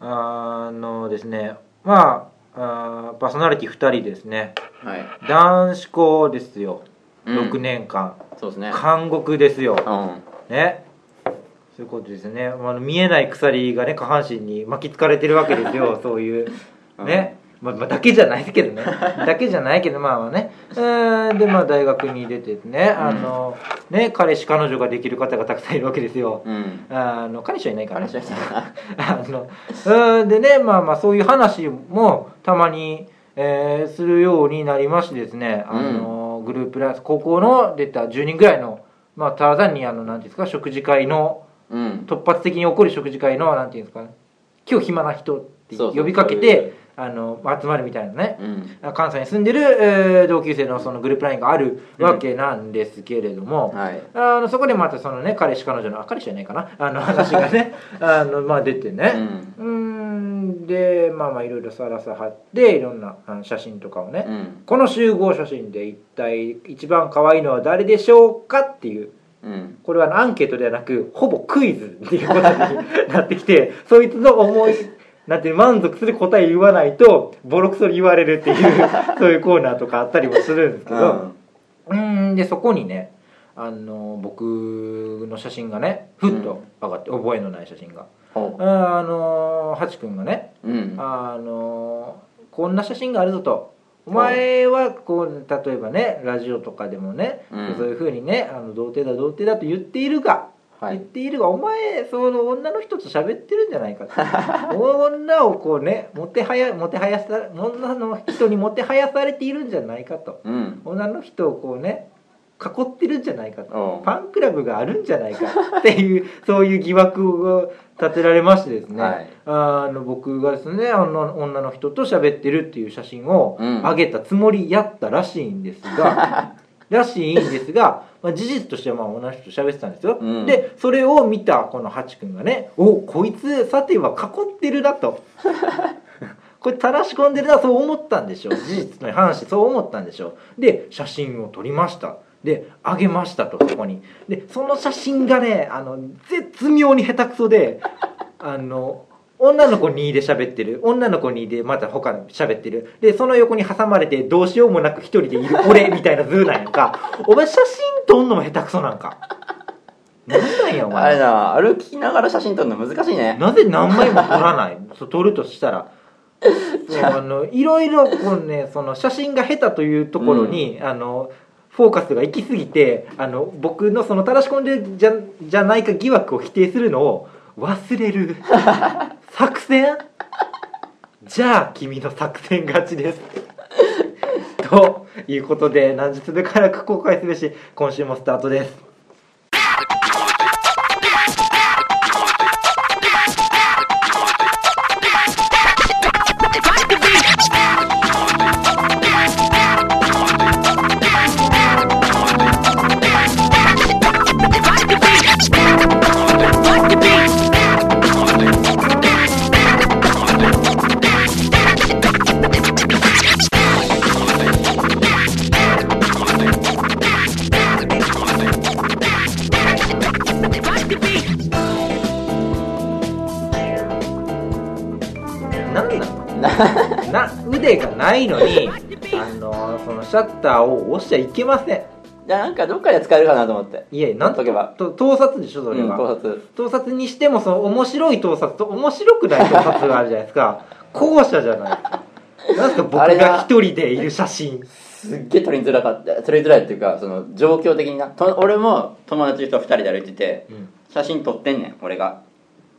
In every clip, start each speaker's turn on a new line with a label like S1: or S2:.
S1: あのですねまああーパーソナリティ2人ですね
S2: はい
S1: 男子校ですよ、
S2: うん
S1: 6年間
S2: そうですね
S1: 監獄ですよ、
S2: うん
S1: ねそういうことですねあの見えない鎖がね下半身に巻きつかれてるわけですよそういうね、まあまあ、だけじゃないですけどねだけじゃないけどまあまあねうーんでまあ大学に出ててねあの、ね彼氏彼女ができる方がたくさんいるわけですよ、
S2: うん
S1: あの彼氏はいないからね
S2: 彼氏は
S1: あのうんでねまあまあそういう話もたまに、えーするようになりましてですねあの、グループライン高校の出た10人ぐらいの、まあ、ターザンニアのなんていうんですか食事会の
S2: うん
S1: 突発的に起こる食事会のなんていうんですかね今日暇な人って
S2: そうそう
S1: 呼びかけ
S2: そういう
S1: てあの集まるみたいなね、
S2: うん
S1: 関西に住んでる、えー同級生のそのグループラインがあるわけなんですけれども、
S2: はい
S1: あのそこでまたそのね彼氏彼女のあ彼氏じゃないかなあの話が ねあの、まあ、出て
S2: う
S1: ね
S2: ん
S1: うーんでまあまあいろいろさらさ貼っていろんなあの写真とかをね、
S2: うん
S1: この集合写真で一体一番可愛いのは誰でしょうかっていう
S2: うん
S1: これはアンケートではなくほぼクイズっていうことになってきてそいつの思いなんて満足する答え言わないとボロクソに言われるっていうそういうコーナーとかあったりもするんですけ
S2: う
S1: ど。
S2: ん
S1: うーんでそこにねあの僕の写真がねふっと上がって、覚えのない写真が
S2: ほ
S1: あのハチ君がね
S2: ううん
S1: あのこんな写真があるぞとお前はこう例えばねラジオとかでもね、
S2: うん
S1: そういうふうにねあの童貞だ童貞だと言っているが、
S2: は
S1: 言っ
S2: い
S1: ているがお前その女の人と喋ってるんじゃないかと 女をこうねもてはやもてはやさ女の人にもてはやされているんじゃないかと
S2: うん
S1: 女の人をこうね囲ってるんじゃないかと
S2: おう
S1: ファンクラブがあるんじゃないかって いうそういう疑惑を立てられましてですね、
S2: はい
S1: あの僕がですねあの女の人と喋ってるっていう写真を
S2: うん
S1: 上げたつもりやったらしいんです が、らしいんですが、まあ、事実としてはまあ女の人と喋ってたんですよ、
S2: うん
S1: でそれを見たこのハチ君がね「おこいつさては囲ってるな」と。 これ垂らし込んでるなそう思ったんでしょう事実の話そう思ったんでしょうで写真を撮りましたであげましたとそこにでその写真がねあの絶妙に下手くそであの女の子2で喋ってる女の子2でまた他の喋ってるでその横に挟まれてどうしようもなく一人でいる俺みたいな図なんやんかお前写真撮んのも下手くそなんかなんなんやお前
S2: あれだ歩きながら写真撮るの難しいね
S1: なぜ何枚も撮らないそう撮るとしたらそうあのいろいろこう、ね、その写真が下手というところに、あのフォーカスが行き過ぎてあの僕のその垂らし込んでるじゃじゃないか疑惑を否定するのを忘れる作戦じゃあ君の作戦勝ちですということで何日目からく公開すべし今週もスタートです何なのな腕がないのにあのそのシャッターを押しちゃいけません
S2: じゃあなんかどっかで使えるかなと思って
S1: いやなん
S2: 撮っとけば
S1: と盗撮でしょそれ
S2: うん
S1: は、
S2: 盗撮
S1: 盗撮にしてもその面白い盗撮と面白くない盗撮があるじゃないですか後者じゃないですかなんすか僕
S2: あれだ
S1: が一人でいる写真
S2: すっげえ撮りづらかった撮りづらいっていうかその状況的になと俺も友達と二人で歩いてて
S1: うん
S2: 写真撮ってんねん俺が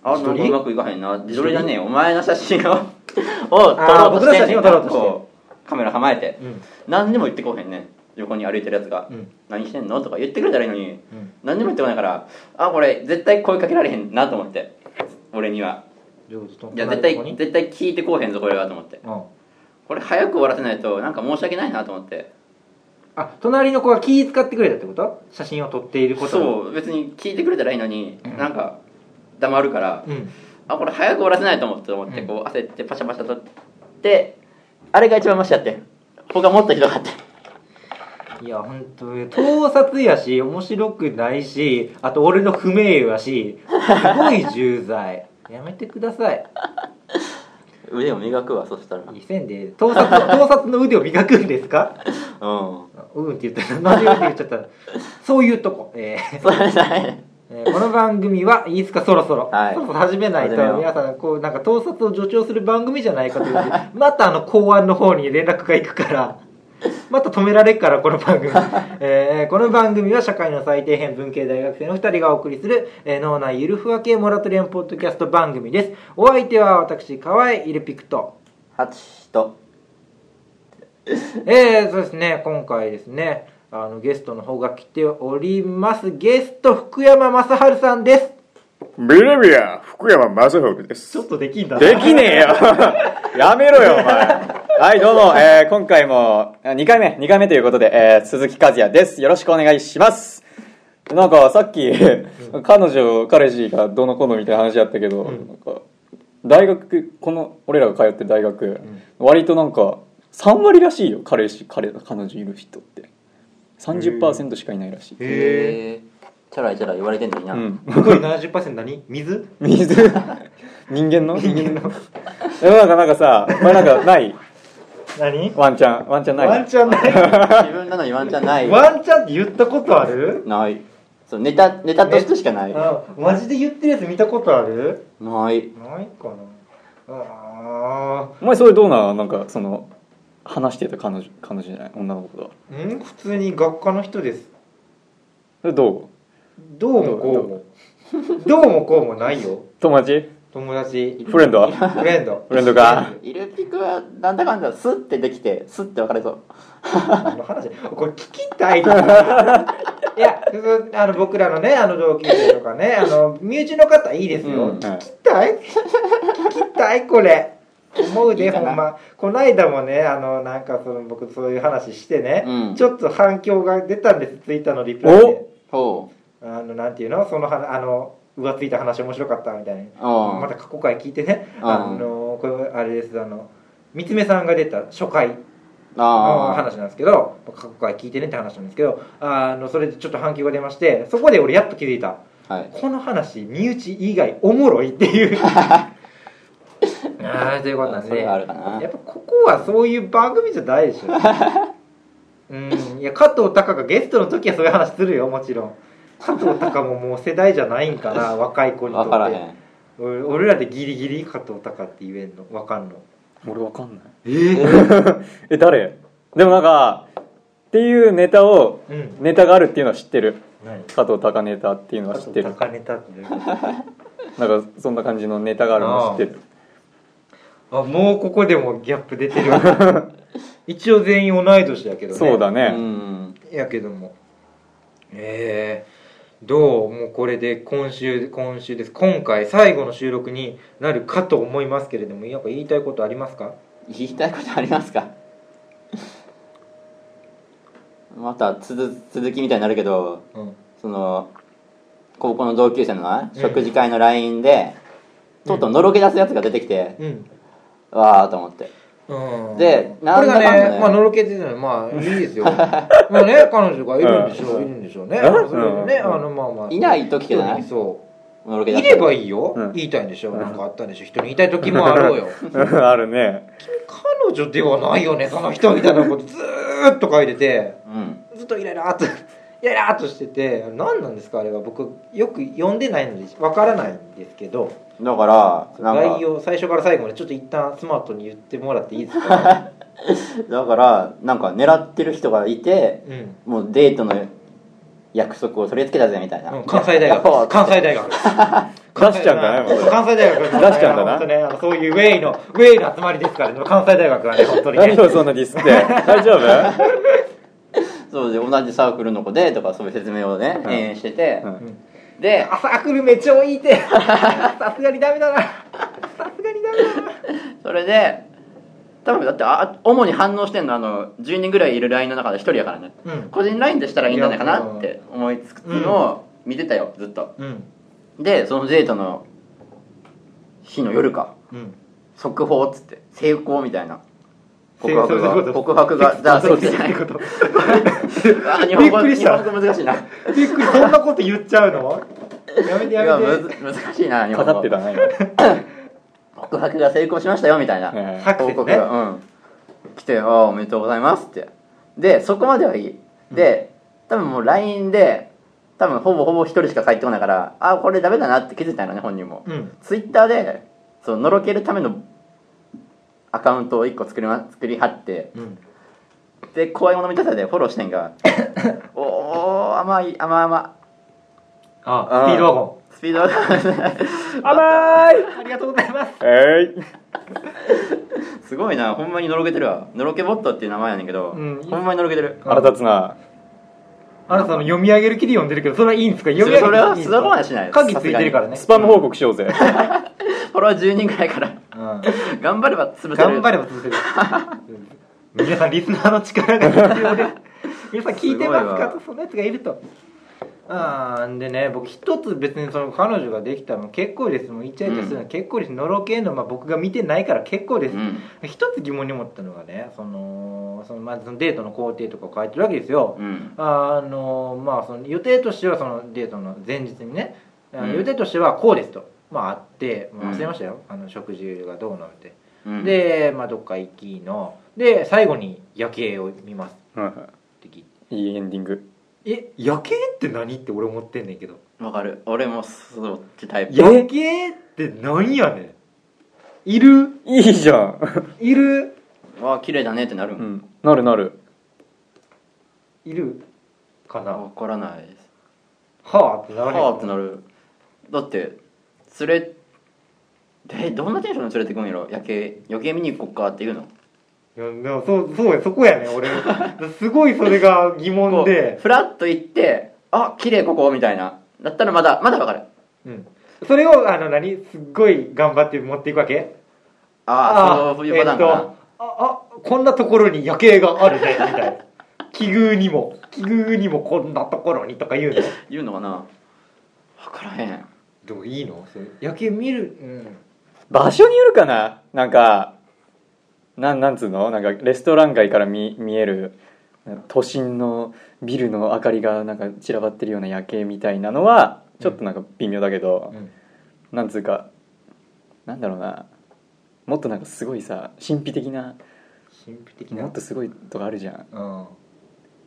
S2: あ
S1: 一人
S2: なんかうまくいかへんな自撮りじゃねえよお前の写真をを撮ろうとしてんねん
S1: 僕の写真を撮ろうとして
S2: こうカメラ構えて、
S1: うん
S2: 何にも言ってこうへんねん横に歩いてるやつが、
S1: うん
S2: 何してんのとか言ってくれたらいいのに、
S1: うん
S2: 何にも言ってこないからあこれ絶対声かけられへんなと思って俺には
S1: 上手と
S2: いや絶
S1: ここに
S2: 対絶対聞いてこうへんぞこれはと思って
S1: うん
S2: これ早く終わらせないとなんか申し訳ないなと思って
S1: あ隣の子が気使ってくれたってこと写真を撮っていることを
S2: そう別に聞いてくれたらいいのに、なんか黙るから、
S1: うん
S2: あこれ早く終わらせないと思って思って
S1: うん
S2: こう焦ってパシャパシャ撮ってあれが一番マシやって他もっとひどかった
S1: いや本当に盗撮やし面白くないしあと俺の不名誉やしすごい重罪やめてください
S2: 腕を磨くわそしたらうん
S1: 2000で盗撮の盗撮の腕を磨くんですか
S2: そ
S1: うんって言ったらなんでうんって言っちゃったそういうとこ、えー
S2: れだね
S1: えーこの番組はいつかそろそろ、
S2: はい
S1: そろそろ始めないと
S2: 始めよう
S1: 皆さんこうなんか盗撮を助長する番組じゃないかとい うことでまたあの公安の方に連絡が行くからまた止められっからこの番 組、えーこの番組は社会の最底辺文系大学生の2人がお送りする、えー脳内ゆるふわ系モラトリアンポッドキャスト番組ですお相手は私河合イルピクト
S2: 8と
S1: えー、そうですね今回ですねあのゲストの方が来ておりますゲスト福山雅治さんです
S3: ビリビア福山雅治です
S1: ちょっとできんだ
S3: できねえよ やめろよお前はいどうも、えー今回も2回目2回目ということで、えー鈴木和也ですよろしくお願いしますなんかさっき彼女彼氏がどうのこうのみたいな話あったけど、なんか大学この俺らが通ってる大学、割となんか3割らしいよ彼氏彼彼女いる人って30%しかいないらしい、
S1: へえ
S2: えチャラいチャラい言われてんのにな、
S3: うん
S1: 残り70%何水
S3: 水人間の人間の世の中なんかさお前なんかない
S1: 何
S3: ワンチャンワンチャンない
S1: ワンチャンない
S2: 自分なのにワンチャンない
S1: ワンチャンって言ったことある
S2: ないそうネタネタとしてしかない
S1: あマジで言ってるやつ見たことある
S2: ない
S1: ないかなあ
S3: お前それどうなのなんかその話してた彼女彼女じゃない女の子が
S1: ーん普通に学科の人です
S3: それど
S1: どうもこうもどうもこうもないよ
S3: う友達
S1: 友達
S3: フレンドは
S1: フレン ド
S3: フレンドか
S2: イルピクはなんだかんだスッてできてスッて別れそう
S1: あの話これ聞きたいいやそあの僕らのねあの同級生とかねあの身内の方いいですよ、
S2: うん
S1: 聞きたい聞きたいこれ思うで
S2: いいかな
S1: ほんまこないだもねあのなんかその僕そういう話してね、
S2: うん
S1: ちょっと反響が出たんですツイッターのリプライで
S2: ほ
S1: あのなんていうのそのはあの浮ついた話面白かったみたいな
S2: ううん
S1: また過去回聞いてね
S2: うん
S1: あのこれあれですあの三つ目さんが出た初回の
S2: あ
S1: 話なんですけど過去回聞いてねって話なんですけどあのそれでちょっと反響が出ましてそこで俺やっと気づいた
S2: あはい
S1: この話身内以外おもろいっていう ああということなん
S2: そ
S1: で
S2: れがあ
S1: や
S2: るかな
S1: っぱここはそういう番組じゃないでしょうんいや加藤隆がゲストの時はそういう話するよもちろん加藤隆ももう世代じゃないんかな若い子にとっ
S2: 分からへ
S1: て
S2: ん
S1: 俺俺らでギリギリ加藤隆って言えんのわかんの
S3: 俺わかんない
S1: ええ
S3: え誰でもなんかっていうネタを
S1: うん
S3: ネタがあるっていうのは知ってる
S1: 何
S3: 加藤鷹ネタっていうのは
S1: 加
S3: 知っ
S1: 藤
S3: てる
S1: 隆ネタってどういうこと
S3: なんかそんな感じのネタがあるのは知ってる
S1: あもうここでもギャップ出てるわ一応全員同い年だけどね
S3: そうだね、
S2: うん
S1: やけどもえー、どうもうこれで今週今週です今回最後の収録になるかと思いますけれどもなんか言いたいことありますか
S2: 言いたいことありますか またつづ続きみたいになるけど
S1: うん
S2: その高校の同級生のな
S1: うん
S2: 食事会の LINE で、とうとうのろけ出すやつが出てきて、
S1: うん
S2: わあと思って
S1: うん、
S2: で
S1: これが
S2: なんだかんだ
S1: ね
S2: ね
S1: まあのろけてるのまあいいですよまあね彼女がいるんでしょう、
S3: うん
S1: いるんでしょうね、
S3: うん
S1: それでね、
S3: うん
S1: あのまあまあ
S2: いない時じゃない
S1: そう
S2: のろけ出
S1: い
S2: す
S1: ればいいよ、
S3: うん
S1: 言いたいんでしょなんかあったんでしょ人に言いたい時もあろうよ
S3: あるね
S1: 彼女ではないよねその人みたいなことずーっと書いてて
S2: うん
S1: ずっとイライラーっと イライラーっとしてて何なんですかあれは僕よく読んでないのでわからないんですけど
S2: だからなん
S1: 概
S2: か
S1: 要最初から最後までちょっと一旦スマートに言ってもらっていいですか、
S2: だからなんか狙ってる人がいて
S1: うん
S2: もうデートの約束を取り付けたぜみたいな、
S1: うん関西大
S2: やっ ぱ
S1: 学関西大学
S3: 出しちゃう んだねもうそれ
S1: 関西大学
S3: 出しちゃうんだな
S1: 本当ねあのそういうウェイのウェイの集まりですからね関西大学はね本当にね
S3: 何を そんなディスって 大丈夫
S2: そうで同じサークルの子でとかそういう説明をね、
S3: うん
S2: 延々してて、
S3: うん
S2: で
S1: 朝来るめっちゃいいて さすがにダメだなさすがにダメだな
S2: それで多分だってあ主に反応してんのあの10人ぐらいいる LINE の中で1人やからね
S1: うん
S2: 個人 LINE でしたらいいんじゃないかなって思いつくのを見てたよずっと
S1: うん
S2: でそのデートの日の夜か
S1: うん
S2: 速報っつって成功みたいな告
S1: そうい
S2: 白
S1: うこと
S2: が告白 が
S1: セックス
S2: だ
S1: そう
S2: セックスじゃない
S1: そういうこ
S2: あ日本語
S1: びっくり
S2: 日
S1: した
S2: 本語難しいな
S1: とびっくりそんなこと言っちゃうのやめて
S2: いや
S1: やめ
S2: む
S1: て
S2: ず難しいな日
S3: か
S2: 本
S3: かって
S2: 語
S3: たね今
S2: 告白が成功しましたよみたいな
S3: はい
S1: サクセ
S2: 報
S1: ス
S2: 告
S1: ね
S2: が、うん、来て「ああおめでとうございます」ってでそこまではいいで多分もう LINE で多分ほぼほぼ一人しか帰ってこないからああこれダメだなって気づいたのね本人も、
S1: うん
S2: ツイッターでそののろけるためのアカウントを1個作り,、ま、作り張って
S1: うん
S2: で怖いもの見たさでフォローして んがおお甘い甘々
S1: あスピードワゴ
S2: スピードが
S3: 甘い
S1: ンありがとうございます
S3: えい
S2: すごいなほんまにのろけてるわのろけボットっていう名前やねんけど、
S1: うん
S2: ほんまにのろけてる
S3: 腹立つな
S1: あなたの読み上げる気で読んでるけどそれはいいんですか読み上げ
S2: そ
S1: る
S2: れは
S1: 気でいいんです
S2: そこまでしない
S1: 鍵ついてるからね
S3: スパム報告しようぜ
S2: フォロワー10人ぐらいから
S1: うん
S2: 頑張れば潰せる
S1: 頑張れば潰せるうん皆さんリスナーの力が必要 です皆さん聞いてます
S2: すごい
S1: か
S2: わ
S1: とそんなやつがいるとあーでね僕一つ別にその彼女ができたの結構ですもうイチャイチャするの結構ですのろけんの、まあ、僕が見てないから結構です、
S2: うん
S1: 一つ疑問に思ったのがねそのそのまずそのデートの工程とかを書いてるわけですよ、
S2: うん
S1: あのまあその予定としてはそのデートの前日にね、あの
S2: うん
S1: 予定としてはこうですと、まあ、あって、まあ、
S2: うん
S1: 忘れましたよ、あの食事がどうのって、
S2: うん
S1: で、まあ、どっか行きので最後に夜景を見ますって聞いて
S3: いいエンディング
S1: え夜景って何って俺思ってんねんけど
S2: わかる俺もそっちタイプ
S1: 夜景って何やねんいる
S3: いいじゃん、
S1: いる
S2: わあ綺麗だねってなる
S3: う
S2: もん、
S3: ん、なるなる
S1: いるかな
S2: わからないです
S1: はあってならへん
S2: はあってなるだって連れえどんなテンションで連れてくんやろ夜景夜景見に行こっかって言うの
S1: いやでもそうそうやそこやねん 俺すごいそれが疑問
S2: こう
S1: で
S2: フラッと行ってあ綺麗ここみたいなだったらまだまだわかる
S1: うん、それをあの何すっごい頑張って持っていくわけ
S2: ああそういうパターンかな、
S1: えっとああこんなところに夜景があるねみたい な奇遇にも奇遇にもこんなところにとか言うの
S2: 言うのかな分からへん
S1: どういいのそれ夜景見るうん
S3: 場所によるかななんかなんなんつうのなんかレストラン街から見見える都心のビルの明かりがなんか散らばってるような夜景みたいなのはちょっとなんか微妙だけど、
S1: うん
S3: なんつうかなんだろうなもっとなんかすごいさ神秘的な
S1: 神秘的な
S3: もっとすごいとかあるじゃん
S1: うん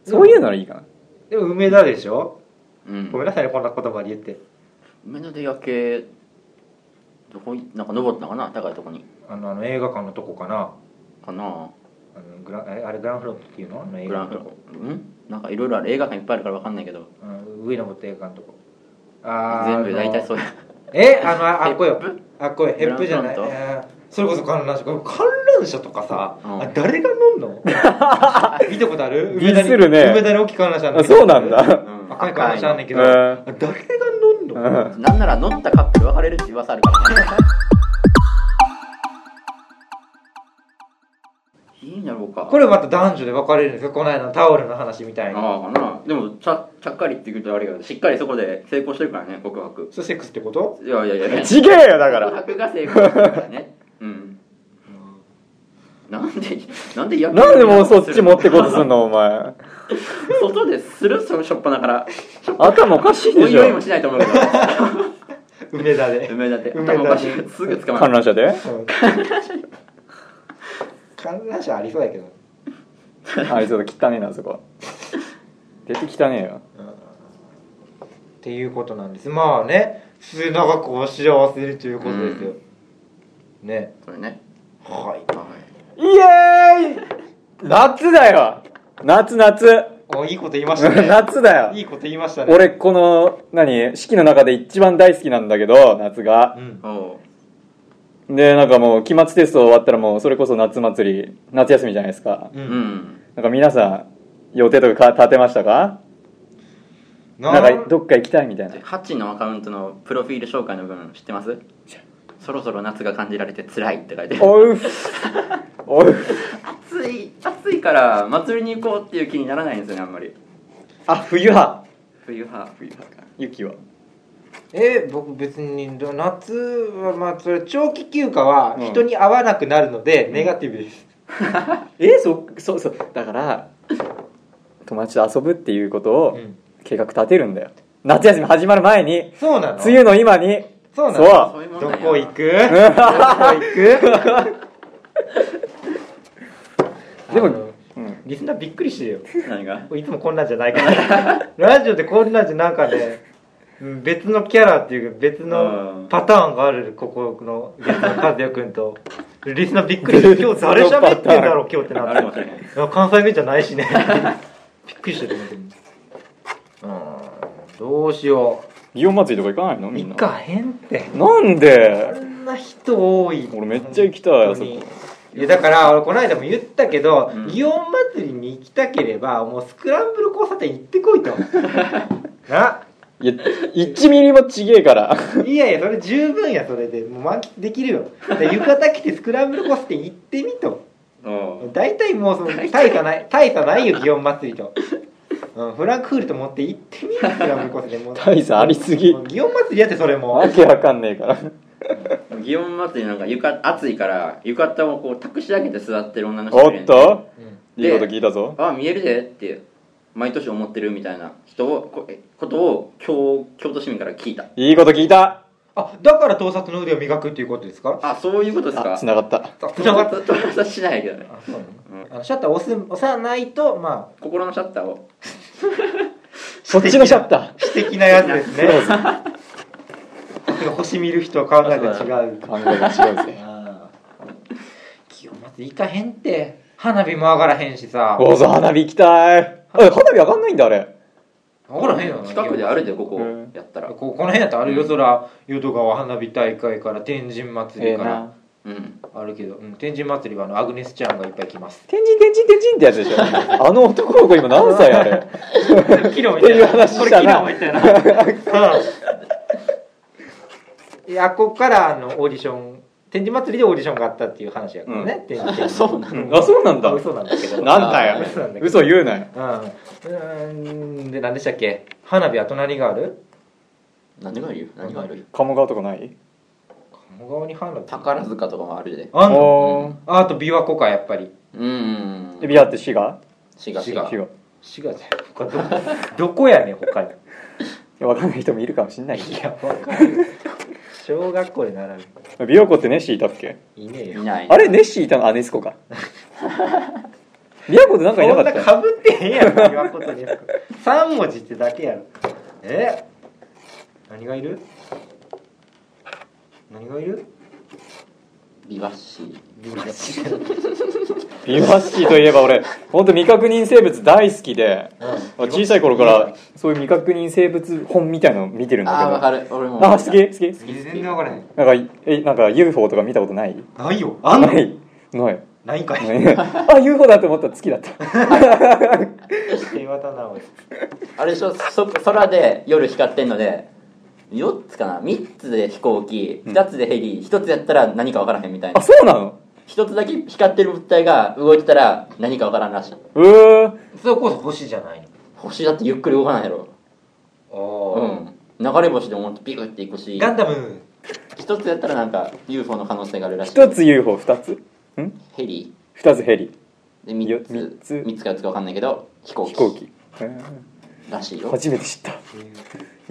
S3: そういうのはいいかな
S1: でも梅田でしょ
S2: うん
S1: ごめんなさいねこんな言葉で言って
S2: 梅田で夜景どこいなんか登ったのかな高いとこに
S1: あのあの映画館のとこかなあ
S2: かな
S1: のグラえあれグランフロントっていうのあの映
S2: グラ
S1: 画
S2: ンフ
S1: 館の
S2: ル
S1: とこ、
S2: うんなんかいろいろある映画館いっぱいあるから分かんないけど
S1: うん、上登って映画館のとこあー
S2: 全部大体そういう
S1: えあのああっこよ
S2: ヘップ
S1: あっこよヘップじゃない、
S2: グランフロン
S1: えーそれこそ観覧車これ観覧車とかさ、
S2: うん
S1: あ誰が乗ん の見たことある
S3: ディスるね
S1: 梅田に大きい観覧車あんだ
S3: あ
S1: けど
S3: そうなんだ
S2: うん
S1: 赤い観覧車あんねんけど、
S3: うん
S1: あ誰が乗んの、
S3: うん
S2: なんなら乗ったカップル別れるって噂あるから ねいいんだろうか
S1: これまた男女で分かれるんですよこの間のタオルの話みたいに
S2: ああかなでもちゃちゃっかりって言うとあれやけどしっかりそこで成功してるからね告白
S1: それセックスってこと
S2: いやいやいやいや
S3: ちげえよだか
S2: 告
S3: ら
S2: 白が成功してるからね うんなんでなんで夜景
S3: なんでもうそっち持ってこうとすんのお前
S2: 外でするそのしょっぱなから
S3: 頭おかしい
S2: お
S3: でし
S2: 祝いも
S3: ょ
S2: しないと思う けど
S1: 梅田で
S2: 梅田で
S1: 梅田で
S2: 頭おかしいすぐ捕ま
S3: 観
S2: る
S3: 覧車で
S1: うん観覧車ありそうやけど
S3: あれちょっと汚ねえなそこ 出て汚ねえよ
S1: っていうことなんですまあね末永くお幸せにということですよ、ね
S2: それね
S1: はい
S2: はい
S3: イエーイ夏だよ夏夏
S1: おいいこと言いました ね
S3: 夏だよ
S1: いいこと言いましたね
S3: 俺この何四季の中で一番大好きなんだけど夏が
S1: うん
S2: おう
S3: でなんかもう期末テスト終わったらもうそれこそ夏祭り夏休みじゃないですか
S1: う、
S2: うんん
S3: なんか皆さん予定とか立てましたか
S1: な
S3: なんかどっか行きたいみたいな
S2: でハッチのアカウントのプロフィール紹介の部分知ってますそろそろ夏が感じられて辛いって書いてる
S3: おうおう
S2: 暑い暑いから祭りに行こうっていう気にならないんですよねあんまり
S3: あ冬派
S2: 冬派冬派か
S3: 雪は
S1: え僕別にど夏はまあそれ長期休暇は
S3: うん
S1: 人に会わなくなるので、ネガティブです
S3: えそそうそうだから友達と遊ぶっていうことを
S1: うん
S3: 計画立てるんだよ夏休み始まる前に
S1: そうなの
S3: 梅雨の今に
S1: そうなん
S3: そう
S2: そういうもん
S1: ど
S2: なんや
S1: こ行くどこ行く
S3: で
S1: で
S3: も
S1: も、
S3: うん
S1: リスナーびっくりしてるよ
S2: 何が
S1: いつもこんなんじゃないから ラジオでこんなんじゃなんかねうん別のキャラっていうか別
S2: う
S1: の
S2: ん
S1: パターンがあるここのゲストの和也君とリスナーびっくり してる今日誰喋ってんだろう今日って
S2: あるか
S1: な
S2: も
S1: っ
S2: しれない
S1: て関西弁じゃない しねびっくりしてる本当にうんどうしよ
S3: 祇園祭とか行かないの
S1: う
S3: みん
S1: 行
S3: な
S1: かへんって
S3: なん
S1: こ
S3: で
S1: んな人多い
S3: 俺めっちゃ行きたいあ
S1: 本
S3: そ
S1: 当
S3: こ
S1: にいやだから俺この間も言ったけど、
S2: うん
S1: イオン祭りに行きたければもうスクランブル交差点行ってこい とない
S3: や1ミリもちげえから
S1: いやいやそれ十分やそれでもう満喫できるよで浴衣着てスクランブル交差点行ってみと
S2: うん
S1: 大体もうその大差ない大差ないよ祇園祭りと、うん、フランクフルト持って行ってみよスクランブル交差点もう
S3: 大差ありすぎ
S1: もう祇園祭りやってそれも
S3: わけわかんねえから
S2: 祇園祭りなんか浴衣暑いから浴衣をこう託し上げて座ってる女の人い
S3: お
S2: るや
S3: っ
S2: ん
S3: と
S1: うん
S3: いいこと聞いたぞ
S2: あ見えるでって毎年思ってるみたいな人をこえことを京京都市民から聞いた
S3: いいこと聞いた
S1: あだから盗撮の腕を磨くっていうことですか
S2: あそういうことです
S3: あ
S2: か
S3: 繋がった
S1: あ
S2: 友達友達はしないけどね
S1: あそうなのあのシャッター押す押さないとまあ
S2: 心のシャッターを
S3: そっちのシャッタ
S1: 私的なやつですね。 星見る人は考えが違う
S3: ー。考えが違うぜ
S1: あー清松行かへんって花火も上がらへんしさ。
S3: おうそう花火行きたいえ花火上がんないんだあれ
S1: 上がらへんよな。
S2: 近くであるでここ
S3: うん
S2: やったら
S1: ここの辺やったらあるよそら淀川花火大会から天神祭りから
S2: うん
S1: あるけど、うん、天神祭りはあのアグネスちゃんがいっぱい来 ます。
S3: 天神天神天神ってやつでしょあの男の子今何歳 あれ
S1: キロみ
S3: って
S1: たい
S3: いう
S1: な。
S3: 話
S1: これ
S3: し
S1: キ
S3: た
S1: ロ
S3: な
S1: みたいな。うん。いやここからあのオーディション天神祭りでオーディションがあったっていう話やからね。天神天神
S2: そうな
S1: うん
S3: あ そうなんだ
S1: 嘘なんだけど。
S3: なんだ
S1: 嘘なんだ
S3: よ
S1: けど
S3: 嘘言うなよ
S1: うん。うーんで何でしたっけ？花火は隣がある？
S2: 何があるよ何があるよ
S3: 鴨川とかない
S1: 鴨川に花火。
S2: 宝塚とかもあるで
S1: あんの。
S3: おー
S1: ああと琵琶湖かやっぱり。
S2: うんうん
S3: でビアって滋賀
S2: 滋賀
S1: 滋
S2: 滋
S1: 賀
S2: 賀
S3: 滋賀
S1: 滋賀
S3: い
S1: じゃん。他どこどこやねん他に。
S3: やわかんない人もいるかもしんない
S1: いやわかる。小学校で習う。
S3: 琵琶湖ってネッシーいたっけ
S1: いねえ
S2: い
S1: よ。
S2: ない
S3: あれネッシーいたのあネス コか琵琶湖ってなんかいな
S1: そ
S3: か
S1: んな
S3: った
S1: かぶってへんやろ琵琶湖と琵琶湖。三文字ってだけやろ。え？何がいる？何がいる？
S2: ビワシ
S1: 琵琶湖。
S3: ビワッシーといえば俺本当未確認生物大好きで
S1: うん
S3: 小さい頃からそういう未確認生物本みたいのを見てるん
S2: あーわ
S3: だ
S2: かる俺
S3: け
S2: も
S3: どあ好き好き好き
S1: 全然わからへん。
S3: なんかえなんか UFO とか見たことない
S1: ないよ。あんの
S3: な？い ない
S1: ないんかい。
S3: ないあ UFO だと思ったら月だった
S1: 平和だなおい
S2: あれでしょそ空で夜光ってんので4つかな3つで飛行機2つでヘリ1つやったら何か分からへんみたいな
S3: あそうなの
S2: 1つだけ光ってる物体が動いてたら何か分からんらしいう
S3: ー
S1: それこそ星じゃない
S2: 星だってゆっくり動かないやろう
S1: の
S2: ん流れ星でもビクっていくし
S1: ガンダム
S2: 1つやったらなんか UFO の可能性があるらしい
S3: 一つ UFO2 つん
S2: ヘリ
S3: 2つヘリ
S2: で3つ
S3: 三つ
S2: 3つか4つか分かんないけど飛行機
S3: 飛行機うん
S2: らしいよ
S3: 初めて知った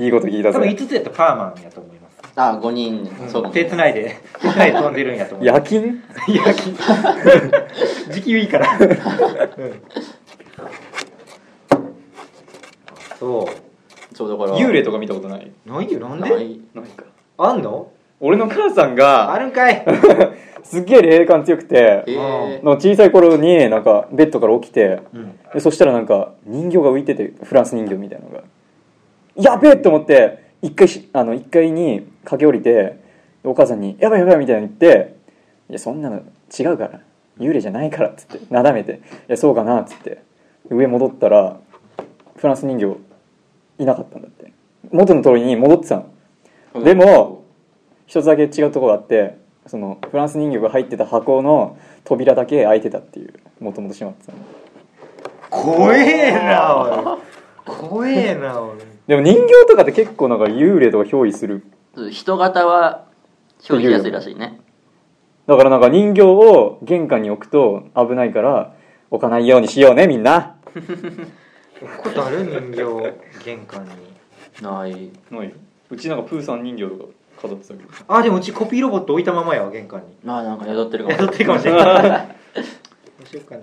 S3: いいこと聞いた
S1: 多
S3: ぞ
S1: 分5つやったらパーマンやと思います
S2: あ5人そうかも
S1: 手つないで手つないで飛んでるんやと思う
S3: 夜勤
S1: いやき時給いいから、うんそ
S2: そうだから
S3: 幽霊とか見たことないう
S1: ないよなん
S2: な
S1: で
S2: い
S3: ないか
S1: あんの
S3: 俺の母さんが
S1: あるんかい
S3: すっげえ霊感強くて
S2: えー
S3: の小さい頃になんかベッドから起きて
S1: うん
S3: でそしたらなんか人形が浮いててフランス人形みたいなのがやべえと思って一回しあの一階に駆け下りてでお母さんに「やばいやばい」みたいなの言って「いやそんなの違うから幽霊じゃないから」っつってなだめて「いやそうかな」っつってで上戻ったらフランス人形いなかったんだって元の通りに戻ってたの
S2: うん
S3: でも一つだけ違うとこがあってそのフランス人形が入ってた箱の扉だけ開いてたっていうもともとしまってたの
S1: 怖えなおい怖えなおい
S3: でも人形とかって結構なんか幽霊とか憑依する
S2: 人型は表示しやすいらしいね
S3: だからなんか人形を玄関に置くと危ないから置かないようにしようねみんな
S1: 置くことある人形玄関に
S2: ないう
S3: ちなんかプーさん人形とか飾ってたけど
S1: あでもうちコピーロボット置いたままやわ玄関に
S2: まあなんか宿ってるか
S1: 宿
S2: も
S1: ってるかもしれないどうしようかな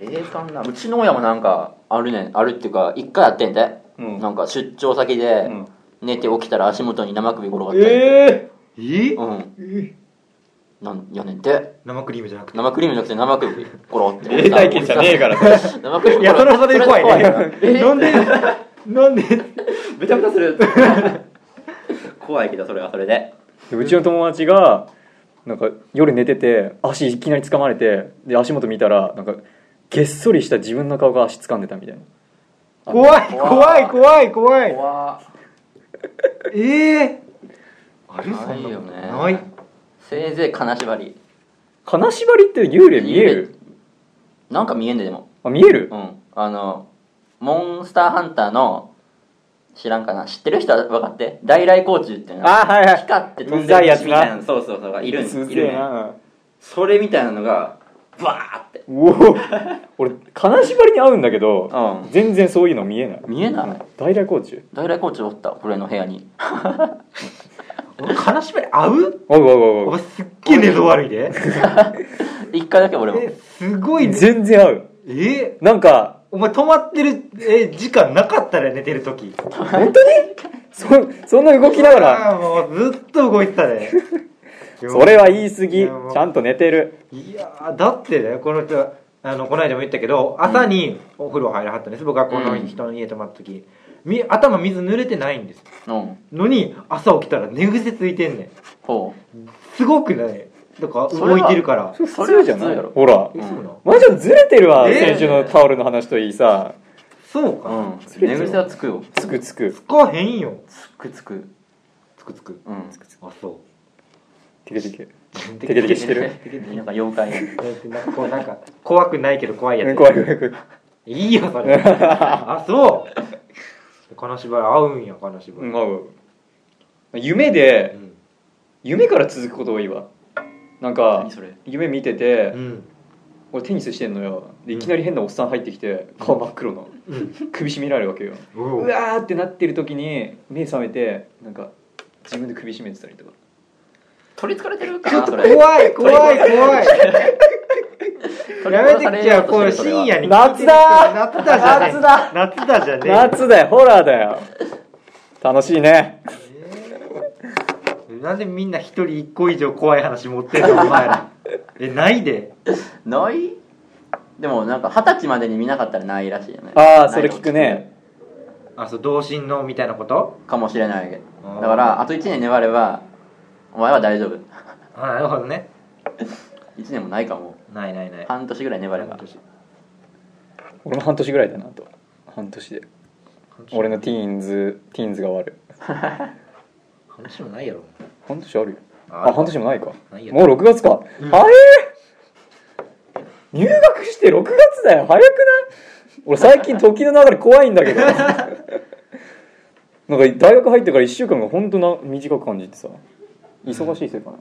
S2: 霊感なうちの親もなんかあるねんあるっていうか一回あってんで、
S3: うん
S2: なんか出張先で
S3: うん
S2: 寝て起きたら足元に生首転がって
S3: え
S1: え
S2: うん
S1: え
S2: なんやねんて
S1: 生クリームじゃなくて
S2: 生クリームじゃなくて生首ゴロっ
S3: え
S2: て
S3: 霊体験じゃねえ から
S2: 生クリーム
S1: いやそれはそれで怖いね
S2: え
S1: なんでなんで
S2: めちゃくちゃする怖いけどそれはそれで
S3: でうちの友達がなんか夜寝てて足いきなり掴まれてで足元見たらなんかげっそりした自分の顔が足掴んでたみたいな
S1: 怖い怖い怖い怖い
S2: 怖
S1: ええあるそ
S2: ない
S1: んな
S2: よ
S1: こと
S2: ね
S1: ない
S2: せいぜい金縛り
S3: 金縛りって幽霊見える
S2: なんか見えんででも
S3: あ見える
S2: うんあのモンスターハンターの知らんかな知ってる人は分かって大来光虫っていうの
S3: あはいはい
S2: 光って飛ん
S3: う
S2: で
S3: ざい
S2: る
S3: や
S2: 虫
S3: つ
S2: みたい
S3: な
S2: なそうそうそういるん
S3: す
S2: い
S3: げ
S2: る
S3: え
S2: ね
S3: な
S2: それみたいなのがバーって
S3: うお俺金縛りに合うんだけど
S2: う
S3: 全然そういうの見えない
S2: 見えない
S3: 大来コーチ
S2: 大来光虫おった俺の部屋に
S1: 俺金縛り合う
S3: おうおうおうお
S1: 俺
S3: う
S1: すっげえ寝相悪いで
S2: 一回だけ俺も
S1: えすごいね
S3: 全然合う
S1: え
S3: なんか
S1: お前止まってるえ時間なかったら寝てる時
S3: 本当にそそんな動きながら
S1: ああもうずっと動いてたね
S3: それは言い過ぎ
S1: い
S3: ち
S1: やもう
S3: ゃんと寝てる
S1: いやーだってねこの人あのこの間も言ったけど朝にお風呂入らはったんです、僕学校の人の家泊まった時、み頭水濡れてないんです
S2: うん
S1: のに朝起きたら寝癖ついてんねん
S2: ほ
S1: すごくないだから
S2: それは
S1: 動いてるから
S3: それ
S2: それは普通
S3: ない
S2: やろ
S3: ほら
S1: えそうな
S3: まあちょっとずれてるわ、
S1: えー
S3: 先週のタオルの話といいさ
S1: そう
S2: う
S1: か、
S2: うん
S3: つれて
S2: 寝
S3: る
S2: 癖はつくよ
S3: つくつく
S1: つかへんよ
S2: つくつく
S1: つくつく
S2: うん
S1: あそ
S3: テケテケ
S1: う
S3: テケテケしてる
S2: なんか妖怪
S1: なんかこうなんか怖くないけど怖いや
S3: うん
S1: つ
S3: 怖い怖い怖い
S1: いいよそ れあそう金縛り合うんや金縛
S3: う
S1: り、
S3: ん合う夢で
S1: うん
S3: 夢から続くこと多いわなんか
S2: 何それ
S3: 夢見てて、
S1: うん
S3: 俺テニスしてんのよでいきなり変なおっさん入ってきて顔真っ黒の
S1: うん
S3: 首絞められるわけよ
S1: うお
S3: うわーってなってる時に目覚めてなんか自分で首絞めてたりとか
S2: 取りつかれてるか
S1: ちょっ
S2: な
S1: と
S2: それ
S1: 怖い怖い怖いやめてきちゃうこ
S2: れ
S1: う深夜に
S3: 夏だ
S1: 夏だじゃねえ
S3: 夏だ
S1: 夏だじゃねえ
S3: 夏だよホラーだよ楽しいね
S1: なんでみんな一人一個以上怖い話持ってんのお前 らえないで
S2: ないでもなんか二十歳までに見なかったらないらしいよね
S3: ああそれ聞くね
S1: あそう童心のみたいなこと
S2: かもしれないだ
S1: あー
S2: からあと1年粘ればお前は大丈夫
S1: あなるほどね
S2: 1年もないかも
S1: ないないない
S2: 半年ぐらい粘れば
S1: 半年
S3: 俺も半年ぐらいだなあと半年で俺のティーンズティーンズが終わる
S1: 半年もないやろ
S3: 半年あるよ
S1: ある
S3: あ半年もないか
S1: ないよ
S3: もう6月か、早え入学して6月だよ早くない俺最近時の流れ怖いんだけどなんか大学入ってから1週間が本当な短く感じてさ忙しいせいかな、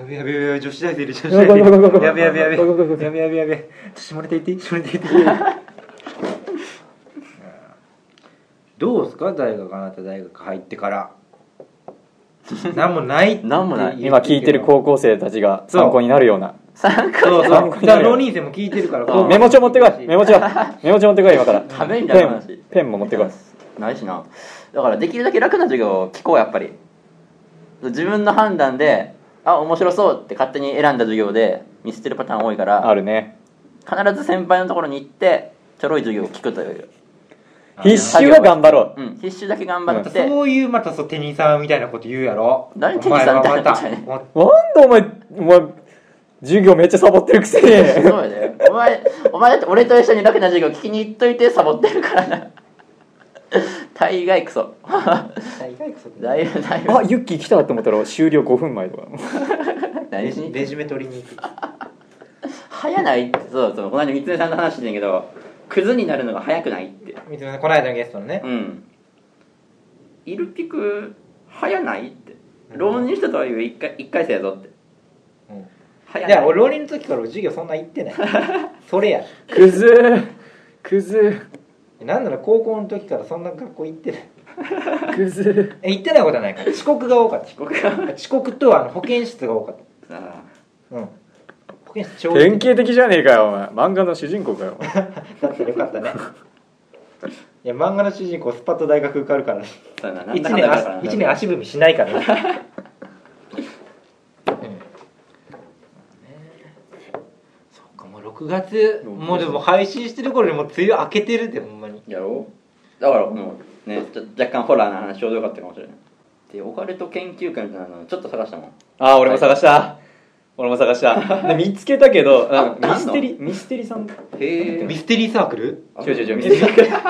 S1: やべやべやべ女子大生いる女子大生いるやべやべやべやべやべやべ下ネタ言っていい下ネタ言ってい いどうですか大学あなた大学入ってからなんもないって
S2: なんもない
S1: 言
S3: 今聞いてる
S1: 子
S3: 高校生たちが
S1: そう
S3: 参考になるような
S2: 参加
S1: そう
S3: 参考
S1: そう
S3: に
S1: じゃ
S3: な
S1: あ
S3: るよ
S1: 浪人生も聞いてるから
S2: そう
S3: メモ帳持ってこいメモ帳メモ帳持ってこい今から
S2: ためになる
S3: ペ
S2: 話
S3: ンペンも持ってこい
S2: ないしなだからできるだけ楽な授業を聞こうやっぱり自分の判断であ面白そうって勝手に選んだ授業でミスってるパターン多いから
S3: あるね
S2: 必ず先輩のところに行ってちょろい授業を聞くという、
S3: 必修は頑張ろ
S2: うん、必修だけ頑張って、
S1: そういうまたそうテニーさんみたいなこと言うやろ
S2: 何テニーさんみたいなことやね
S1: お
S2: ん
S1: 前はま
S3: うなんでお前お前授業めっちゃサボってるく せに
S2: そうやでお前お前だって俺と一緒に楽な授業聞きに行っといてサボってるからな大概クソ
S1: た大概クソだ
S2: だいぶだいぶ
S3: あユッキー来たと思ったら終了5分前とか
S1: レ
S2: 何し
S1: ジ
S2: に
S1: レジュメ取りに行く
S2: 早ないってそうそうこの間三つさんの話してんけどクズになるのが早くないって
S1: 三つ目さんこの間のゲストのね
S2: うんイルピク早ないって浪人したとはいえ一回一回生やぞって
S1: うん
S2: 早
S1: いや
S2: ない
S1: 俺浪人の時から俺授業そんな行ってない それや
S3: クズクズ
S1: なんなら高校の時からそんな学校行ってない
S4: グズ
S1: え言ってないことはないから遅刻が多かった
S2: 僕が
S1: 遅刻とあの保健室が多かっ
S2: あ
S1: た、うん、保健室超
S3: 典型的じゃねえかよお前漫画の主人公かよお前
S1: だったらよかったねいや漫画の主人公スパッと大学受かるから
S2: ーそうやななん
S1: 一
S2: だかん
S1: 年
S2: だ
S1: あ一年足踏みしないからね うんそっかもう6月もうでも配信してる頃にもう梅雨明けてるってほんまに
S2: やろうだからもうねちょ若干ホラーの話ちょうどよかったかもしれないでオカルト研究会みたいなのちょっと探したもん
S3: あー俺も探した俺も探したで見つけたけどなんか
S2: あ
S3: ミステリミステリさん
S2: へ
S1: ミステリーサークル
S2: あ
S3: 違う違う違うミステリ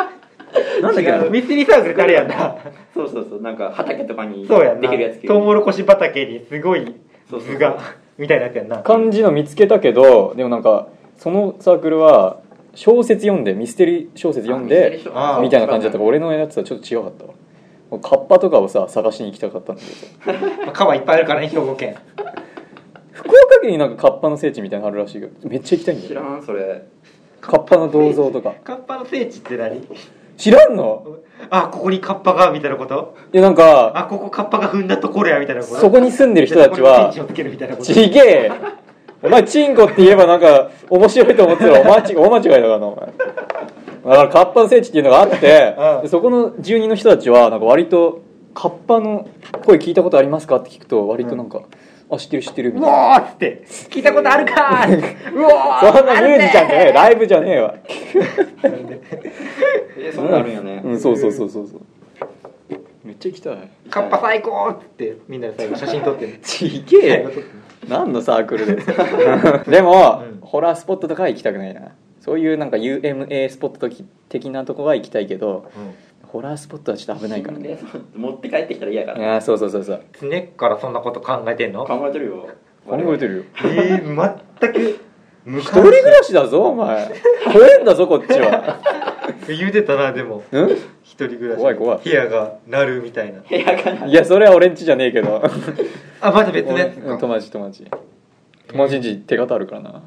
S3: なんだっけな
S1: 違うミステリーサークルってあれやんな
S2: そうそうそうなんか畑とかに
S1: そうやん
S2: で
S1: な
S2: きるやつ
S1: トウモロコシ畑にすごい
S2: そうそう
S1: 図がみたいなやつやんな
S3: 感じの見つけたけどでもなんかそのサークルは小説読んでミステリー小説読ん
S2: あミステリー
S3: で
S2: 小説
S1: あー
S3: みたいな感じだったから俺のやつはちょっと違かったわもうカッパとかをさ探しに行きたかったんだけど
S1: 川いっぱいあるからね兵庫県
S3: 福岡県になんかカッパの聖地みたいなのあるらしいけどめっちゃ行きたいん
S2: 知
S3: だよ
S2: らんそれ
S3: カッパの銅像とか
S1: カッパの聖地って何
S3: 知らんの
S1: あここにカッパがみたいなこと
S3: いやなんか
S1: あここカッパが踏んだところやみたいなこと
S3: そこに住んでる人たちは
S1: 聖地をつけるみたいなこと
S3: ちげえお前チンコって言えばなんか面白いと思ってたらお間違い大間違いだからなお前だからカッパの聖地っていうのがあって、
S1: うん
S3: そこの住人の人たちはなんか割とカッパの声聞いたことありますかって聞くと割となんか、あ知ってる知ってるみ
S1: う
S3: たいな
S1: わーっつって聞いたことあるかーうわー
S3: そんなミュージシャンじゃねえライブじゃねえわ
S2: えそんなんあるんよね
S3: うんそうそうそうそうそうめっちゃ行きたい
S1: カッパ最高っつってみんなで最後写真撮ってる
S3: ちげ えよ何のサークルで でも、
S1: うん
S3: ホラースポットとかは行きたくないなそういうなんか UMA スポット的なとこは行きたいけどホラースポットはちょっと危ないからね
S2: 持って帰ってきたら嫌やから
S3: ああそうそうそうそう
S1: 常っからそんなこと考えてんの
S2: 考えてるよ
S3: 考えてるよ
S1: えー、全く無
S3: 一人暮らしだぞお前怖えんだぞこっち は
S1: 言うてたなでも
S3: う
S1: 一人暮らし
S3: 怖い怖い
S1: 部屋が鳴るみたいな
S2: 部屋から
S3: んいやそれは俺んちじゃねえけど
S1: あまだ別のやつ
S3: うん
S1: か
S3: 友達友達友達んち手形あるからな
S1: うん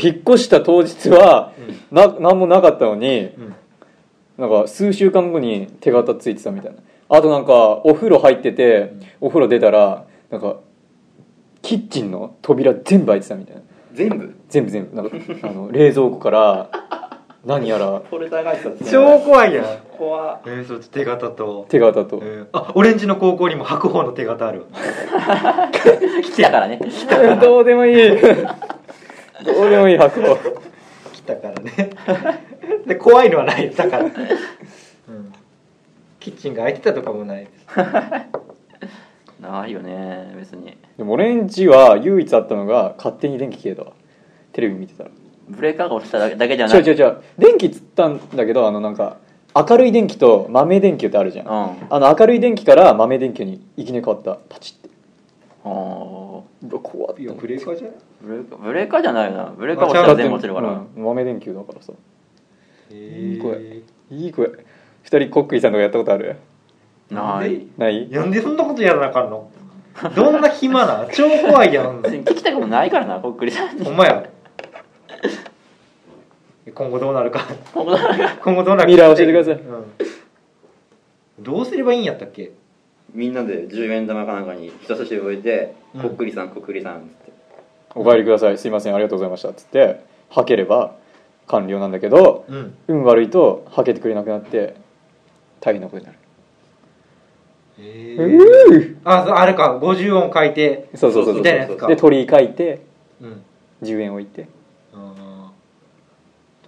S3: 引っ越した当日は、な何もなかったのに、
S1: うん
S3: なんか数週間後に手形ついてたみたいなあとなんかお風呂入ってて、お風呂出たらなんかキッチンの扉全部開いてたみたいな
S2: 全部
S3: 全部全部なんかあの冷蔵庫から何やら
S2: フォルダー返し
S1: 超怖いやん
S2: 怖っ
S1: えー、そっち手形と
S3: 手形と、
S1: えーあオレンジの高校にも白鵬の手形あるわ来
S2: 来たからね
S3: どうでもいい どうでもいい箱
S1: 来たからね で怖いのはないよだから、うん、キッチンが開いてたとかもないです
S2: ないよね別に
S3: でも俺んちは唯一あったのが勝手に電気消えたわテレビ見てたら
S2: ブレーカーが落ちただけだけじゃな
S3: 違う
S2: い
S3: 違う違う電気つったんだけどあのなんか明るい電気と豆電球ってあるじゃん、
S2: うんあ
S3: あの明るい電気から豆電球にいきなり変わったパチって
S2: ー
S3: うわ怖って
S1: いやブレーカーじゃない
S2: ブレーカーブレーカーじゃないよなブレーカー落ちたら全部落ちるから
S3: うん豆電球だからさ
S1: へ
S3: 怖いい声二人コックイさんとかやったことある
S1: な
S2: ないい
S3: ない
S1: なんでそんなことやらなあかんのどんな暇な超怖いや ん
S2: 別に聞きたくもないからなこっくりさんに
S1: ほんまや今後どうなるか
S2: ここだな
S1: 今後どうなるか
S3: ミラー教えてください
S1: うんどうすればいいんやったっけ
S2: みんなで10円玉かなんかに人差し指置いて
S1: うん
S2: こっくりさんこっくりさん」って
S3: 「お帰りくださいすいませんありがとうございました」っつってはければ完了なんだけど
S1: うん
S3: 運悪いとはけてくれなくなって大変なことになる、
S1: えーあそうあれか50音書いて
S3: そうそうそうそ
S1: み
S3: う
S1: たいなやつか
S3: で鳥居書いて
S1: うん
S3: 10円置いて
S1: あ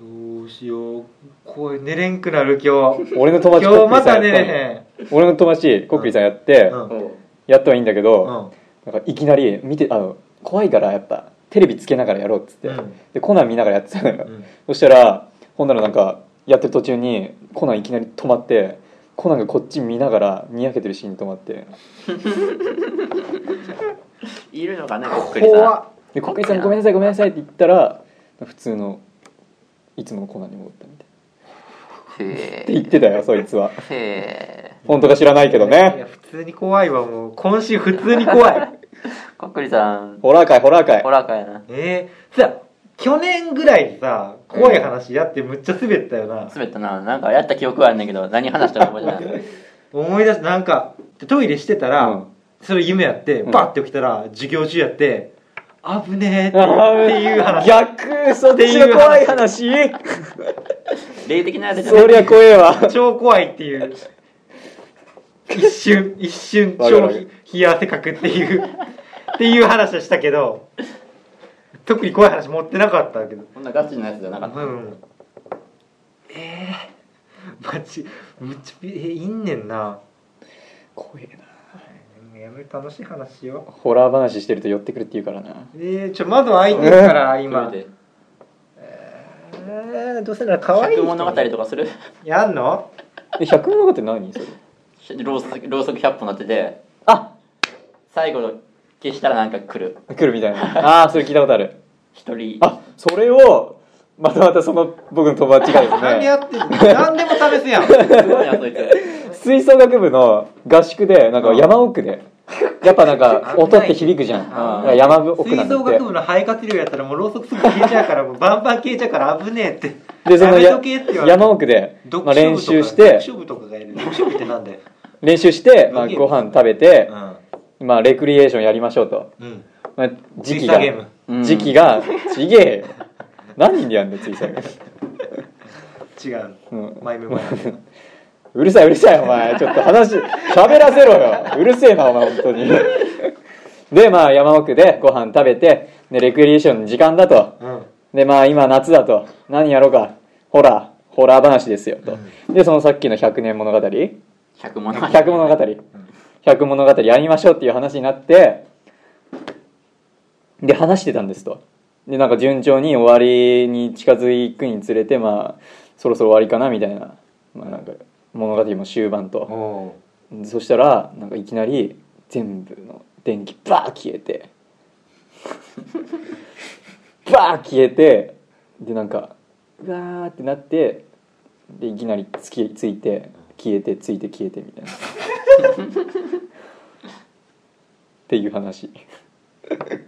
S1: ーどうしよう声寝れんくなる今 日
S3: 俺の友
S1: 今日
S3: 達コックリ
S1: ま
S3: さ
S1: た
S3: ん
S1: 寝
S3: やったの
S1: れ
S3: 俺の友達コックリさんやって、
S1: へんうん
S2: おう
S3: やったはいいんだけ
S1: う
S3: ど、
S1: ん
S3: なんかいきなり見てあの怖いからやっぱテレビつけながらやろうっつって、
S1: うん
S3: でコナン見ながらやってたのよ、
S1: うん
S3: そしたらほんならなんかやってる途中にコナンいきなり止まってコナンがこっち見ながらにやけてるシーンに止まって
S2: いるのかねこっくり
S1: 怖っ
S2: さ
S3: でコックリさんごめんなさいごめんなさいって言ったら普通のいつものコナンに戻ったみたい
S2: んへ
S3: って言ってたよそいつは
S2: えへえ
S3: 本当か知らないけど
S1: いや
S3: ね
S1: 普通に怖いわもう今週普通に怖い
S2: こっくりさん
S3: ホラー界ホラー界
S2: ホラーかやな
S1: えー、さ去年ぐらいさ怖い話やってむっちゃ滑ったよな、
S2: 滑ったななんかやった記憶はあるんだけど何話したか覚えてない
S1: 思い出すなんかトイレしてたら、
S3: うん
S1: それ夢やって
S3: うん
S1: バッて起きたら、授業中やって危ねえっていう話
S3: 逆そっちの怖い話
S2: 霊的なやつじゃない
S3: そりゃ怖えわ
S1: 超怖いっていう一瞬一瞬
S3: わかる
S1: 超
S3: わか
S1: ひ
S3: る
S1: 冷や汗かくっていうっていう話はしたけど特に怖い話持ってなかったけど
S2: こんなガチなやつじゃなかった
S1: うんええマジむっちゃえいんねんな
S3: 怖えな
S1: やめ楽しい話しよ
S3: ホラー話してると寄ってくるって言うからな
S1: うえー、ちょ窓開いてるから今
S2: それで
S1: えー、どうせなら可愛い
S2: 百
S1: 人
S2: 物語とかする
S1: やんの
S3: え100物語って何それ
S2: ろうそくろうそく100本なってて
S3: あ
S2: 最後の消したらなんか来る
S3: 来るみた いなああーそれ聞いたことある
S2: 一人
S3: あそれをまたまたその僕の友達がです
S1: 何や
S3: ね
S1: ってんの何でも試すやん
S2: すごいなそいつ
S3: 吹奏楽部の合宿でなんか山奥でやっぱなんか
S1: 危ない
S3: 音って響くじゃんだから山奥な
S1: 吹
S3: んだ
S1: 奏
S3: って
S1: 楽部の肺活量やったらもうろうそくすぐ消えちゃうからもうバンバン消えちゃうから危ねえって
S3: でその
S1: やめとけっ
S3: や
S1: て言われて
S3: 山奥で、
S1: 読
S3: ま
S1: 書部とか
S3: あ、練習して
S1: 読書部とかがいる読書部ってなんだよ
S3: 練習して、まあ、ご飯食べて、
S1: う
S3: まあ、レクリエーションやりましょうと、
S1: んうん
S3: まあ、時
S1: ツイス
S3: 期
S1: タ
S3: が
S1: ーゲーム
S2: うん
S3: 時期がちげえよ何人でやんだよついさ
S1: 違う、
S3: うん
S1: 前目前目
S3: うるさいうるさいお前ちょっと話喋らせろようるせえなお前本当にでまあ山奥でご飯食べてでレクリエーションの時間だと
S1: うん
S3: でまあ今夏だと何やろうかホラーホラー話ですよと、でそのさっきの「100年物語」
S2: 百物語
S3: 百物語百物語やりましょうっていう話になってで話してたんですとでなんか順調に終わりに近づくにつれてまあそろそろ終わりかなみたいな,、まあ、なんか物語も終盤と
S1: お
S3: そしたらなんかいきなり全部の電気バーッ消えて バーッ消えてでなんかうわーってなってでいきなりつきついて消えてついて消えてみたいな っていう話
S1: ー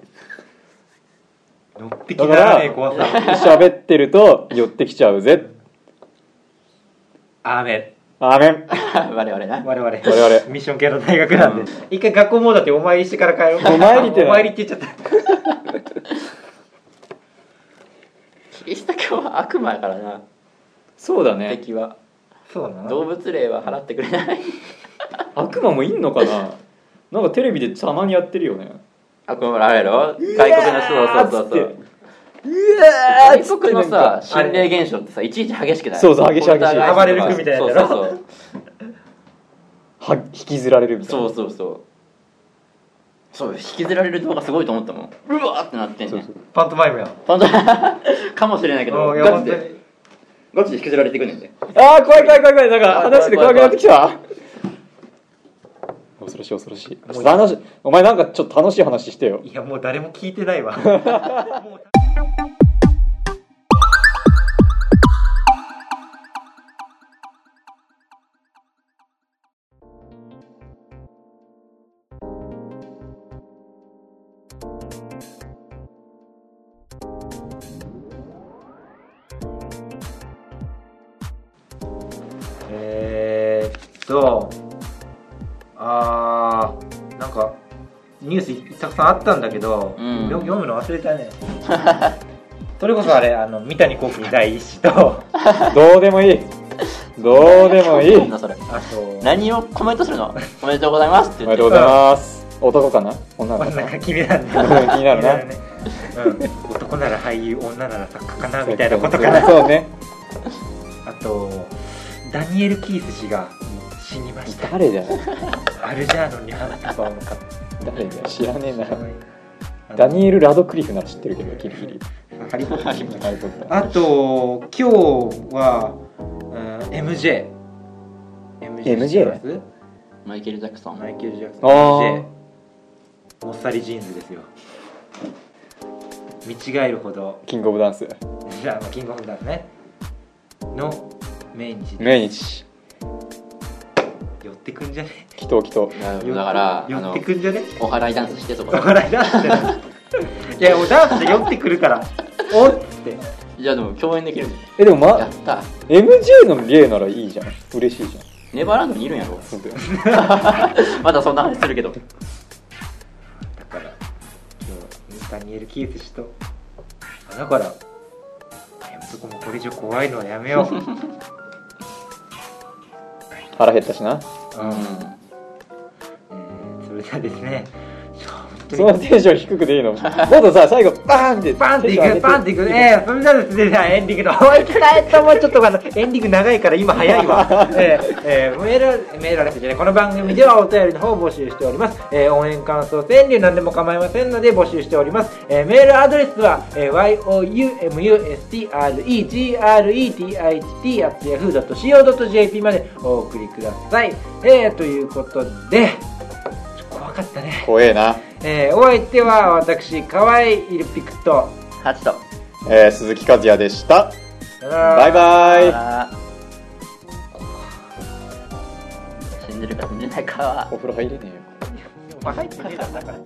S1: のっぴき
S3: だ
S1: な
S3: から
S1: ね
S3: ら
S1: え怖さ
S3: 喋ってると寄ってきちゃうぜ
S1: 雨
S3: アーメン
S2: 我々な
S1: 我々我
S3: 々
S1: ミッション系の大学なんで、一回学校もだってお参りしてから帰ろう
S3: お参りって
S1: お参りって言っちゃった
S2: キリスト教は悪魔やからな
S3: そうだね
S2: 敵は
S1: そうな
S2: 動物霊は払ってくれ ない
S3: 悪魔もいんのかななんかテレビでたまにやってるよね
S2: あこれあれやろ外国のそうそうそうそう
S3: うわーっつって
S2: 外国のさ心霊現象ってさいちいち激しくない
S3: そうそう激しい激しい
S1: 暴れる君みたいなやつやろ
S2: そう
S3: は引きずられるみたい
S2: そ
S3: な
S2: うそうそうそうそう引きずられる動画すごいと思ったもんうわーってなってんねん
S3: そう
S1: パントマイムやん
S2: 本当 かもしれないけど
S1: うんいや
S2: ガチ
S1: 本当
S2: で
S1: に
S2: ガチで引きずられていくねんで
S3: ああ怖い怖い怖い怖いなんか
S2: 怖い怖い
S3: 話で怖くなってきたわ恐ろしい恐ろしい話お前なんかちょっと楽しい話してよ
S1: いやもう誰も聞いてないわもうえーっとあーなんかニュースたくさんあったんだけど、
S2: うん
S1: よ読むの忘れ たねそれこそあれあの三谷幸喜第一子と
S3: どうでもいいどうでもいい
S2: なんだそれ
S1: あと
S2: 何をコメントするのおめでとうございますって
S3: お
S2: 言
S3: め
S2: って
S3: でとうございます男かな女
S1: 女
S3: かな
S1: が気になるね
S3: 気になるな
S1: 気になるねうん、男なら俳優女なら作家かなみたいなことかな
S3: そうね
S1: あとダニエル・キース氏が死にました
S3: 誰だよ
S1: アルジャーノンに花束を向かって
S3: 誰だよ知らねえな
S1: あの
S3: ダニエル・ラドクリフなら知ってるけどキリキリ
S1: ハリポッター
S3: あれ撮った
S1: あと今日は、うん、MJ
S3: MJ
S1: 知ってます
S2: マイケル・ジャクソ
S1: マ
S2: ン
S1: イケル・ジャクソン
S3: あー
S1: MJ もっさりジーンズですよ見違えるほど
S3: キングオブダンス
S1: じゃあキングオブダンスねの命日で
S3: 命日
S1: 寄ってくんじゃね
S3: 祈祷祈祷
S2: いやでもだからあ
S1: 寄っ
S2: の
S1: てくんじゃね
S2: お祓いダンスしてそこ
S1: お
S2: で
S1: 笑いダンスじゃないいやもうダンスで寄ってくるからおっつって
S2: じゃあでも共演できる
S3: えでも
S2: や
S3: ま
S2: った。
S3: MJ の芸ならいいじゃん嬉しいじゃん
S2: ネバーランドにいるんやろ。
S3: そうだよ
S2: まだそんな話するけど。
S1: だから今日ダニエル・キース氏とあだからいやそこもこれ以上怖いのはやめよう、うん、
S3: 腹減っ たしな
S2: う
S1: えーそれではですねちょっと
S3: そのテンション低くていいのもっとさ最後バーンって
S1: バンっていくバンっていく
S3: ね
S1: ええそれならではエンディングの 方行きたいと思うちょっとあのエンディング長いから今早いわええええメールメールアドレスじゃないこの番組ではお便りの方を募集しております、ええ応援感想川柳何でも構いませんので募集しております、ええメールアドレスは、ええ youmustregretit.yahoo.co.jp までお送りくださいええということでちょっと怖かったね、
S3: 怖えな、
S1: ええお相手は私河合イルピクと
S2: ん。ハチと。
S3: えー鈴木和也でした
S1: バ
S3: バイバイ
S2: あー死んでるか死んでないかは。
S3: お風呂入れねえよ
S1: イ。入ってねえだろだから。